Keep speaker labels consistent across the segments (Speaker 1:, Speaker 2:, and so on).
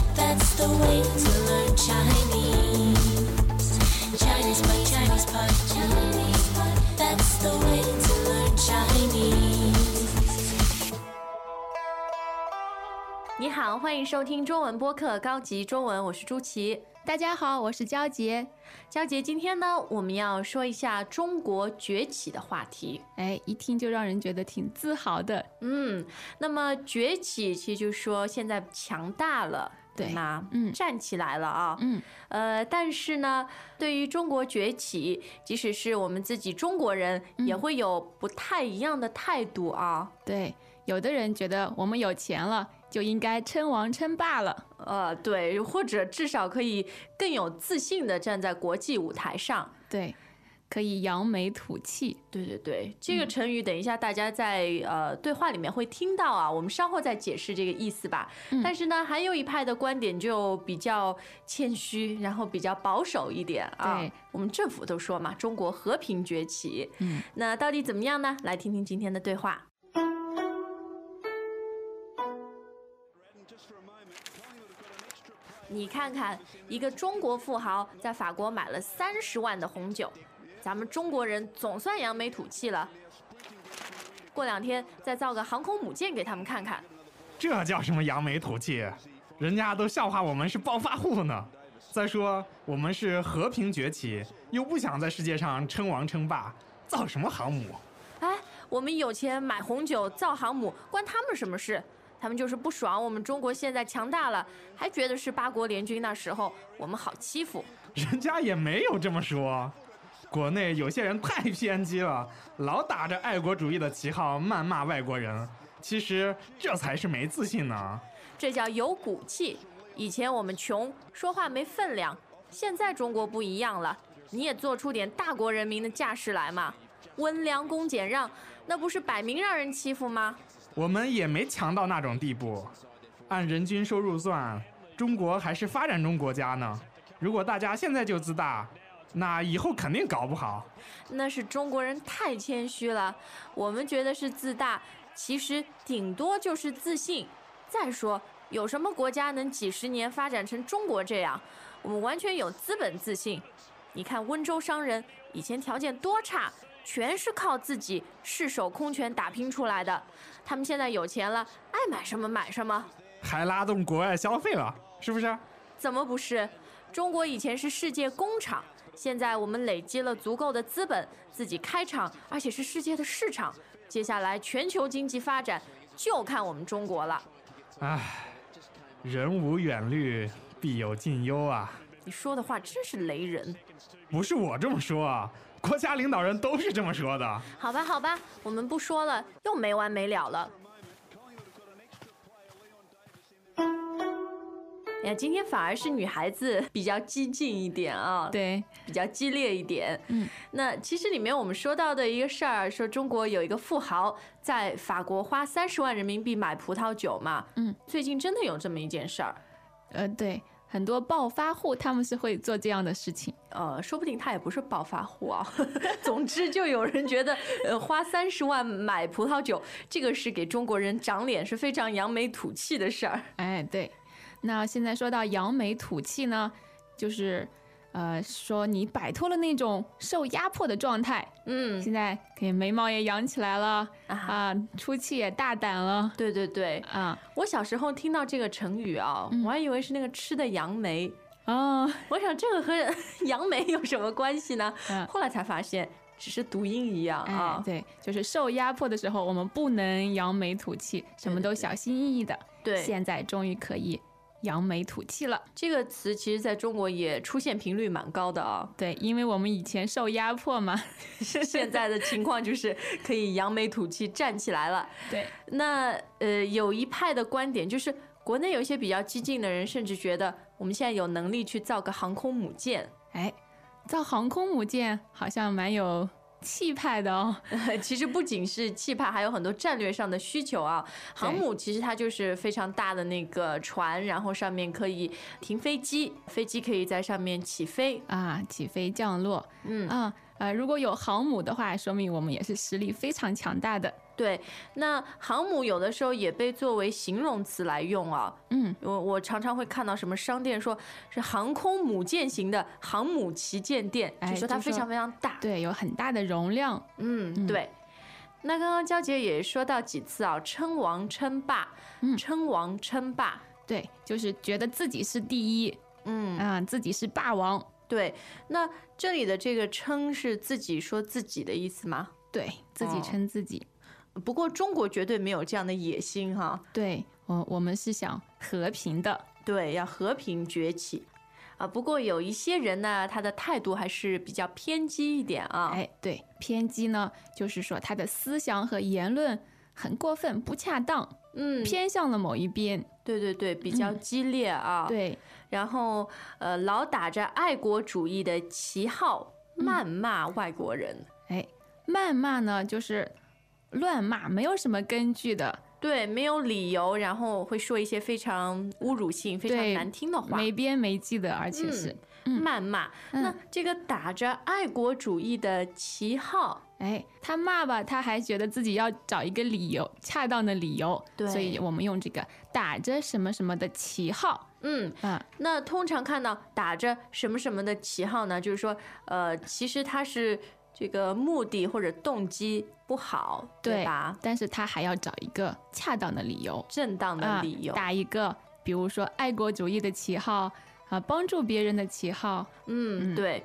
Speaker 1: a way to learn Chinese. Chinese pot, Chinese pot, Chinese pot. That's the way to learn Chinese.
Speaker 2: 你好，欢迎收听中文播客《高级中文》，我是朱琪。
Speaker 3: 大家好，我是焦杰。
Speaker 2: 娇杰，今天呢，我们要说一下中国崛起的话题。
Speaker 3: 哎，一听就让人觉得挺自豪的。
Speaker 2: 嗯，那么崛起其实就是说现在强大了，
Speaker 3: 对
Speaker 2: 吗？
Speaker 3: 嗯
Speaker 2: 站起来了啊。
Speaker 3: 嗯，
Speaker 2: 呃，但是呢，对于中国崛起，即使是我们自己中国人，
Speaker 3: 嗯
Speaker 2: 也会有不太一样的态度啊。
Speaker 3: 对，有的人觉得我们有钱了就应该称王称霸了。
Speaker 2: 呃，对，或者至少可以更有自信的站在国际舞台上。
Speaker 3: 对，可以扬眉吐气。
Speaker 2: 对对对，这
Speaker 3: 嗯
Speaker 2: 个成语等一下大家在、呃对话里面会听到啊，我们稍后再解释这个意思吧。
Speaker 3: 嗯
Speaker 2: 但是呢，还有一派的观点就比较谦虚，然后比较保守一点啊
Speaker 3: 对。
Speaker 2: 我们政府都说嘛，中国和平崛起，
Speaker 3: 嗯，
Speaker 2: 那到底怎么样呢？来听听今天的对话。你看看，一个中国富豪在法国买了三十万的红酒，咱们中国人总算扬眉吐气了。过两天再造个航空母舰给他们看看，
Speaker 4: 这叫什么扬眉吐气？人家都笑话我们是暴发户呢。再说我们是和平崛起，又不想在世界上称王称霸，造什么航母？
Speaker 2: 哎，我们有钱买红酒造航母，关他们什么事？他们就是不爽我们中国现在强大了，还觉得是八国联军那时候我们好欺负。
Speaker 4: 人家也没有这么说。国内有些人太偏激了，老打着爱国主义的旗号谩骂外国人，其实这才是没自信呢。
Speaker 2: 这叫有骨气。以前我们穷，说话没分量，现在中国不一样了，你也做出点大国人民的架势来嘛。温良恭俭让，那不是摆明让人欺负吗？
Speaker 4: 我们也没强到那种地步。按人均收入算，中国还是发展中国家呢。如果大家现在就自大，那以后肯定搞不好。
Speaker 2: 那是中国人太谦虚了，我们觉得是自大，其实顶多就是自信。再说，有什么国家能几十年发展成中国这样？我们完全有资本自信。你看温州商人以前条件多差，全是靠自己赤手空拳打拼出来的。他们现在有钱了，爱买什么买什么，
Speaker 4: 还拉动国外消费了，是不是？
Speaker 2: 怎么不是？中国以前是世界工厂，现在我们累积了足够的资本，自己开厂，而且是世界的市场。接下来全球经济发展就看我们中国了。
Speaker 4: 唉，人无远虑，必有近忧啊！
Speaker 2: 你说的话真是雷人。
Speaker 4: 不是我这么说啊，国家领导人都是这么说的。
Speaker 2: 好吧，好吧，我们不说了，又没完没了了。哎呀，今天反而是女孩子比较激进一点啊，
Speaker 3: 对，
Speaker 2: 比较激烈一点。
Speaker 3: 嗯，
Speaker 2: 那其实里面我们说到的一个事儿，说中国有一个富豪在法国花三十万人民币买葡萄酒嘛。
Speaker 3: 嗯，
Speaker 2: 最近真的有这么一件事儿，
Speaker 3: 呃，对，很多暴发户他们是会做这样的事情。
Speaker 2: 呃，说不定他也不是暴发户啊。 总之，就有人觉得，呃，花三十万买葡萄酒，这个是给中国人长脸，是非常扬眉吐气的事儿。
Speaker 3: 哎，对。那现在说到扬眉吐气呢，就是呃，说你摆脱了那种受压迫的状态，
Speaker 2: 嗯
Speaker 3: 现在可以眉毛也扬起来了
Speaker 2: 啊，
Speaker 3: 啊，出气也大胆了
Speaker 2: 对对对，
Speaker 3: 啊，
Speaker 2: 我小时候听到这个成语啊，
Speaker 3: 嗯
Speaker 2: 我还以为是那个吃的杨梅。
Speaker 3: 哦，
Speaker 2: 我想这个和 杨梅有什么关系呢？
Speaker 3: 嗯
Speaker 2: 后来才发现，只是读音一样啊
Speaker 3: 哎，。对，就是受压迫的时候，我们不能扬眉吐气，什么都小心翼翼的。
Speaker 2: 对
Speaker 3: 现在终于可以扬眉吐气了。
Speaker 2: 这个词其实在中国也出现频率蛮高的 啊。
Speaker 3: 对，因为我们以前受压迫嘛。
Speaker 2: 现在的情况就是可以扬眉吐气站起来了。
Speaker 3: 对，
Speaker 2: 那呃，有一派的观点就是，国内有一些比较激进的人，甚至觉得我们现在有能力去造个航空母舰。
Speaker 3: 哎，造航空母舰好像蛮有气派的哦。
Speaker 2: 其实不仅是气派，还有很多战略上的需求啊。航母其实它就是非常大的那个船，然后上面可以停飞机，飞机可以在上面起飞。
Speaker 3: 啊，起飞降落，
Speaker 2: 嗯
Speaker 3: 啊，呃，如果有航母的话，说明我们也是实力非常强大的。
Speaker 2: 对，那航母有的时候也被作为形容词来用啊。
Speaker 3: 嗯，
Speaker 2: 我我常常会看到什么商店说是航空母舰型的航母旗舰店，
Speaker 3: 哎
Speaker 2: 就说它
Speaker 3: 就
Speaker 2: 非常
Speaker 3: 说
Speaker 2: 非常大。
Speaker 3: 对，有很大的容量。
Speaker 2: 嗯，对。那刚刚娇姐也说到几次啊，称王称霸，
Speaker 3: 嗯
Speaker 2: 称王称霸。
Speaker 3: 对，就是觉得自己是第一，
Speaker 2: 嗯，
Speaker 3: 啊、自己是霸王。
Speaker 2: 对。那这里的这个“称”是自己说自己的意思吗？
Speaker 3: 对自己
Speaker 2: 哦
Speaker 3: 称自己，
Speaker 2: 不过中国绝对没有这样的野心哈、
Speaker 3: 对我我们是想和平的，
Speaker 2: 对，要和平崛起。啊，不过有一些人呢，他的态度还是比较偏激一点啊。
Speaker 3: 哎，对，偏激呢，就是说他的思想和言论很过分、不恰当，
Speaker 2: 嗯，
Speaker 3: 偏向了某一边。
Speaker 2: 对对对，比较激烈啊。。
Speaker 3: 对，
Speaker 2: 然后呃，老打着爱国主义的旗号
Speaker 3: 嗯
Speaker 2: 谩骂外国人。
Speaker 3: 哎，谩骂呢，就是乱骂，没有什么根据的，
Speaker 2: 对，没有理由，然后会说一些非常侮辱性、非常
Speaker 3: 对
Speaker 2: 难听的话，嗯
Speaker 3: 没边没际的，而且是，
Speaker 2: 谩骂。
Speaker 3: 嗯
Speaker 2: 那这个打着爱国主义的旗号，
Speaker 3: 哎，他骂吧，他还觉得自己要找一个理由，恰当的理由，所以
Speaker 2: 对
Speaker 3: 我们用这个打着什么什么的旗号
Speaker 2: 嗯，
Speaker 3: 啊，
Speaker 2: 那通常看到打着什么什么的旗号呢？就是说，呃，其实它是这个目的或者动机不好，对吧？
Speaker 3: 但是他还要找一个恰当的理由，
Speaker 2: 正当的
Speaker 3: 啊，
Speaker 2: 理由，
Speaker 3: 打一个，比如说爱国主义的旗号啊，帮助别人的旗号。
Speaker 2: 嗯，对，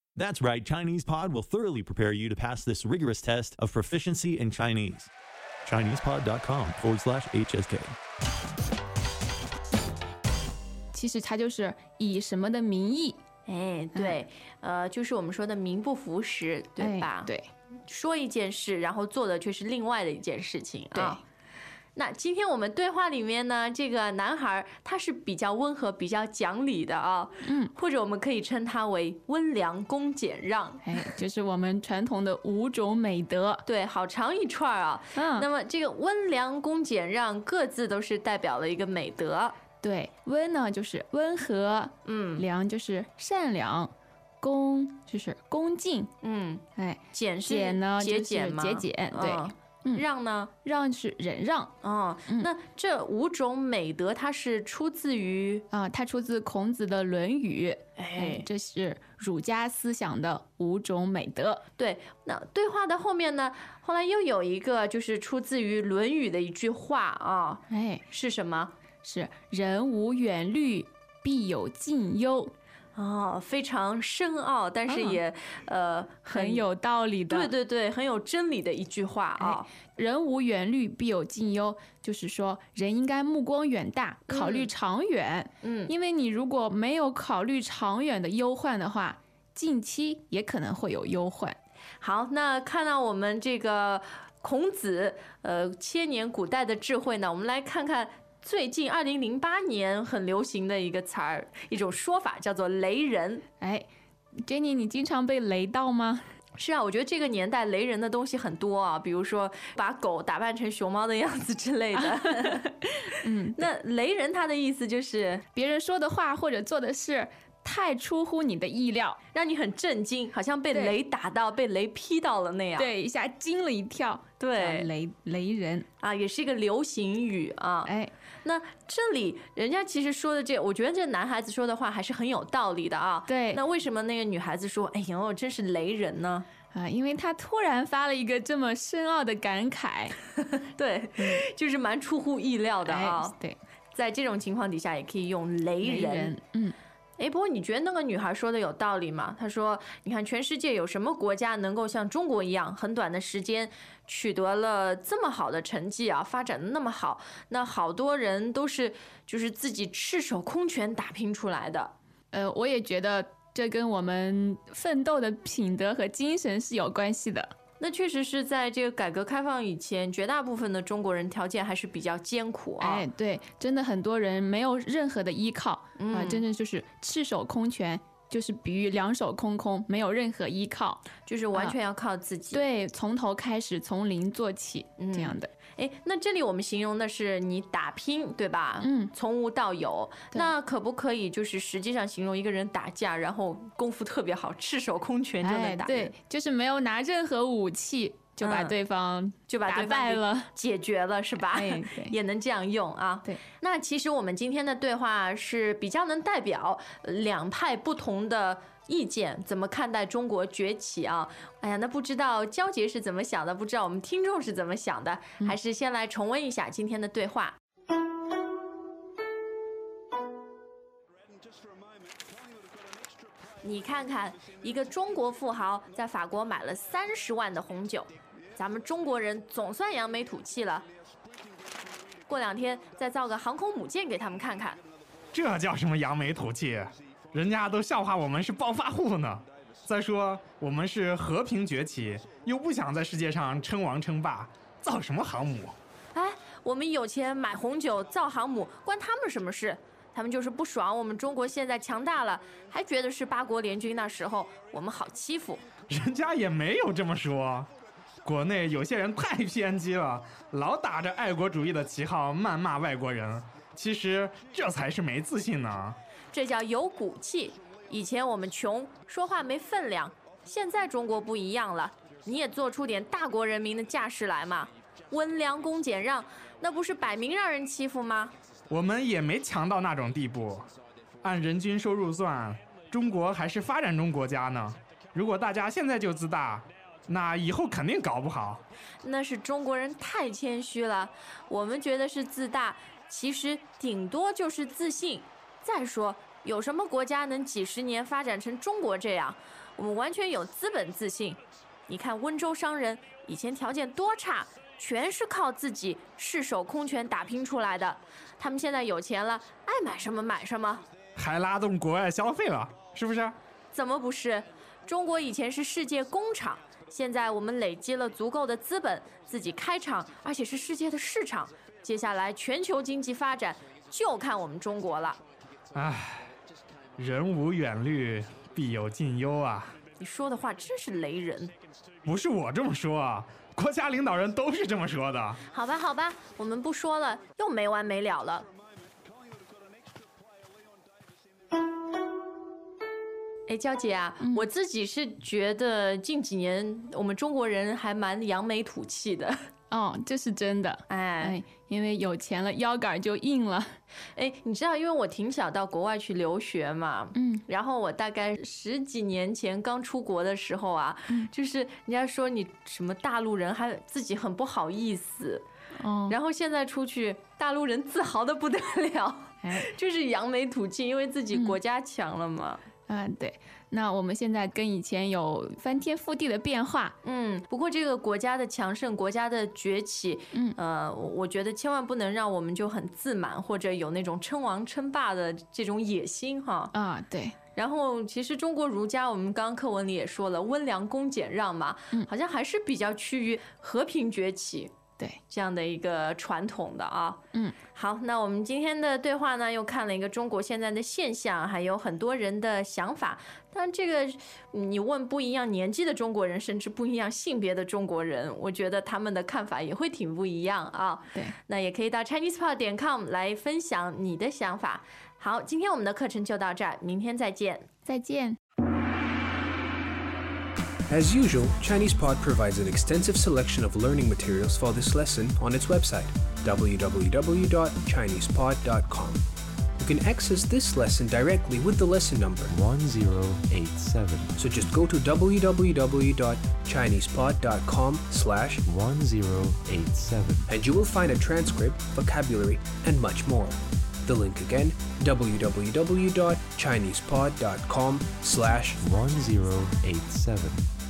Speaker 5: That's right, Chinese Pod will thoroughly prepare you to pass this rigorous test of proficiency in Chinese. ChinesePod.com forward slash HSK.
Speaker 3: 其实它就是以什么的名义，嗯
Speaker 2: 哎，对，呃，就是我们说的名不符实，对
Speaker 3: 哎
Speaker 2: 吧？，
Speaker 3: 对
Speaker 2: 说一件事，然后做的却是另外的一件事情
Speaker 3: 对、
Speaker 2: 啊。那今天我们对话里面呢，这个男孩儿他是比较温和、比较讲理的啊，嗯，或者我们可以称他为温良恭俭让。
Speaker 3: 哎，就是我们传统的五种美 德。
Speaker 2: 对，好长一串儿啊。那
Speaker 3: 嗯，
Speaker 2: 么这个温良恭俭让各自都是代表了一个美德。
Speaker 3: 对，温呢就是温和，
Speaker 2: 嗯
Speaker 3: 良就是善良，恭就是恭敬，
Speaker 2: 嗯，
Speaker 3: 哎，
Speaker 2: 俭是
Speaker 3: 俭呢
Speaker 2: 节
Speaker 3: 就是
Speaker 2: 俭吗？
Speaker 3: 节俭对
Speaker 2: 嗯
Speaker 3: 嗯
Speaker 2: 让呢？
Speaker 3: 让是忍让
Speaker 2: 哦，那这五种美德它是出自于
Speaker 3: 啊、它出自孔子的《论语》，哎
Speaker 2: 哎，，
Speaker 3: 这是儒家思想的五种美德。
Speaker 2: 对。那对话的后面呢，后来又有一个就是出自于《论语》的一句话啊，
Speaker 3: 哎，
Speaker 2: 是什么？
Speaker 3: 是人无远虑，必有近忧，
Speaker 2: 哦，非常深奥，但是
Speaker 3: 啊
Speaker 2: 也、呃
Speaker 3: 很有道理的。
Speaker 2: 对对对很有真理的一句话啊。
Speaker 3: 人无远虑，必有近忧，就是说人应该目光远大，考虑长远。
Speaker 2: 嗯
Speaker 3: 因为你如果没有考虑长远的忧患的话，近期也可能会有忧患。
Speaker 2: 好，那看到我们这个孔子，呃，千年古代的智慧呢，我们来看看最近二零零八年很流行的一个词儿，一种说法叫做“雷人
Speaker 3: 哎，Jenny，你经常被雷到吗？”。
Speaker 2: 是啊，我觉得这个年代雷人的东西很多啊，比如说把狗打扮成熊猫的样子之类的。
Speaker 3: 嗯，
Speaker 2: 那雷人他的意思就是
Speaker 3: 别人说的话或者做的事太出乎你的意料，
Speaker 2: 让你很震惊，好像被
Speaker 3: 对
Speaker 2: 雷打到、被雷劈到了那样。
Speaker 3: 对，一下惊了一跳，
Speaker 2: 对
Speaker 3: 叫雷雷人。
Speaker 2: 啊，也是一个流行语啊。
Speaker 3: 哎，
Speaker 2: 那这里人家其实说的这，我觉得这男孩子说的话还是很有道理的啊。
Speaker 3: 对
Speaker 2: 那为什么那个女孩子说：“哎呦，真是雷人呢
Speaker 3: 啊，因为他突然发了一个这么深奥的感慨，？”
Speaker 2: 对，就是蛮出乎意料的啊、
Speaker 3: 嗯哎，对，
Speaker 2: 在这种情况底下，也可以用雷
Speaker 3: 雷
Speaker 2: 人。，
Speaker 3: 嗯，
Speaker 2: 哎，不过你觉得那个女孩说的有道理吗？她说：“你看，全世界有什么国家能够像中国一样，很短的时间取得了这么好的成绩啊，发展的那么好？那好多人都是就是自己赤手空拳打拼出来的。”
Speaker 3: 呃，我也觉得这跟我们奋斗的品德和精神是有关系的。
Speaker 2: 那确实是在这个改革开放以前，绝大部分的中国人条件还是比较艰苦啊。
Speaker 3: 哎，对，真的很多人没有任何的依靠啊、
Speaker 2: 嗯
Speaker 3: 真正就是赤手空拳，就是比喻两手空空，没有任何依靠。
Speaker 2: 就是完全要靠自己。，
Speaker 3: 嗯对，从头开始，从零做起、
Speaker 2: 嗯
Speaker 3: 这样的。
Speaker 2: 哎，那这里我们形容的是你打拼，对吧？
Speaker 3: 嗯，
Speaker 2: 从无到有。
Speaker 3: 对
Speaker 2: 那可不可以就是实际上形容一个人打架，然后功夫特别好，赤手空拳就
Speaker 3: 哎，
Speaker 2: 能打人，
Speaker 3: 对，就是没有拿任何武器就把
Speaker 2: 嗯
Speaker 3: 对方
Speaker 2: 就把
Speaker 3: 打
Speaker 2: 对方
Speaker 3: 败
Speaker 2: 给
Speaker 3: 了。
Speaker 2: 解决了，是吧？
Speaker 3: 哎对
Speaker 2: 也能这样用啊。
Speaker 3: 对，
Speaker 2: 那其实我们今天的对话是比较能代表呃两派不同的意见怎么看待中国崛起啊？哎呀，那不知道焦杰是怎么想的，不知道我们听众是怎么想的，
Speaker 3: 嗯
Speaker 2: 还是先来重温一下今天的对话。你看看，一个中国富豪在法国买了三十万的红酒，咱们中国人总算扬眉吐气了。过两天再造个航空母舰给他们看看。
Speaker 4: 这叫什么扬眉吐气？人家都笑话我们是暴发户呢。再说我们是和平崛起，又不想在世界上称王称霸，造什么航母？
Speaker 2: 哎，我们有钱买红酒造航母，关他们什么事？他们就是不爽我们中国现在强大了，还觉得是八国联军那时候我们好欺负。
Speaker 4: 人家也没有这么说。国内有些人太偏激了，老打着爱国主义的旗号谩骂外国人，其实这才是没自信呢。
Speaker 2: 这叫有骨气。以前我们穷，说话没分量，现在中国不一样了，你也做出点大国人民的架势来嘛。温良恭俭让，那不是摆明让人欺负吗？
Speaker 4: 我们也没强到那种地步。按人均收入算，中国还是发展中国家呢。如果大家现在就自大，那以后肯定搞不好。
Speaker 2: 那是中国人太谦虚了，我们觉得是自大，其实顶多就是自信。再说，有什么国家能几十年发展成中国这样？我们完全有资本自信。你看温州商人以前条件多差，全是靠自己赤手空拳打拼出来的。他们现在有钱了，爱买什么买什么，
Speaker 4: 还拉动国外消费了，是不是？
Speaker 2: 怎么不是？中国以前是世界工厂，现在我们累积了足够的资本，自己开厂，而且是世界的市场。接下来全球经济发展就看我们中国了。
Speaker 4: 唉，人无远虑，必有近忧啊。
Speaker 2: 你说的话真是雷人。
Speaker 4: 不是我这么说啊，国家领导人都是这么说的。
Speaker 2: 好吧，好吧，我们不说了，又没完没了了。哎，娇姐啊，我自己是觉得近几年我们中国人还蛮扬眉吐气的，
Speaker 3: 哦，这是真的。
Speaker 2: 哎
Speaker 3: 哎，因为有钱了，腰杆儿就硬了。
Speaker 2: 哎，你知道，因为我挺小到国外去留学嘛，
Speaker 3: 嗯，
Speaker 2: 然后我大概十几年前刚出国的时候啊，
Speaker 3: 嗯
Speaker 2: 就是人家说你什么大陆人还自己很不好意思，
Speaker 3: 哦，
Speaker 2: 然后现在出去，大陆人自豪的不得了，
Speaker 3: 哎， 嗯
Speaker 2: 就是扬眉吐气，因为自己国家强了嘛。
Speaker 3: 啊，对，那我们现在跟以前有翻天覆地的变化，
Speaker 2: 嗯，不过这个国家的强盛，国家的崛起，
Speaker 3: 嗯
Speaker 2: 呃，我我觉得千万不能让我们就很自满，或者有那种称王称霸的这种野心哈。
Speaker 3: 啊，对，
Speaker 2: 然后，其实中国儒家，我们刚刚课文里也说了，温良恭俭让嘛，
Speaker 3: 嗯
Speaker 2: 好像还是比较趋于和平崛起
Speaker 3: 对，
Speaker 2: 这样的一个传统的啊。
Speaker 3: 嗯，
Speaker 2: 好，那我们今天的对话呢，又看了一个中国现在的现象，还有很多人的想法。但这个你问不一样年纪的中国人，甚至不一样性别的中国人，我觉得他们的看法也会挺不一样啊。
Speaker 3: 对，
Speaker 2: 那也可以到 ChinesePod 点 com 来分享你的想法。好，今天我们的课程就到这儿，明天再见。
Speaker 3: 再见。
Speaker 6: As usual, ChinesePod provides an extensive selection of learning materials for this lesson on its website, www.chinesepod.com. You can access this lesson directly with the lesson number,
Speaker 7: 1087
Speaker 6: so just go to www.chinesepod.com slash
Speaker 7: 1087
Speaker 6: and you will find a transcript, vocabulary, and much more. The link again, www.chinesepod.com slash
Speaker 7: 1087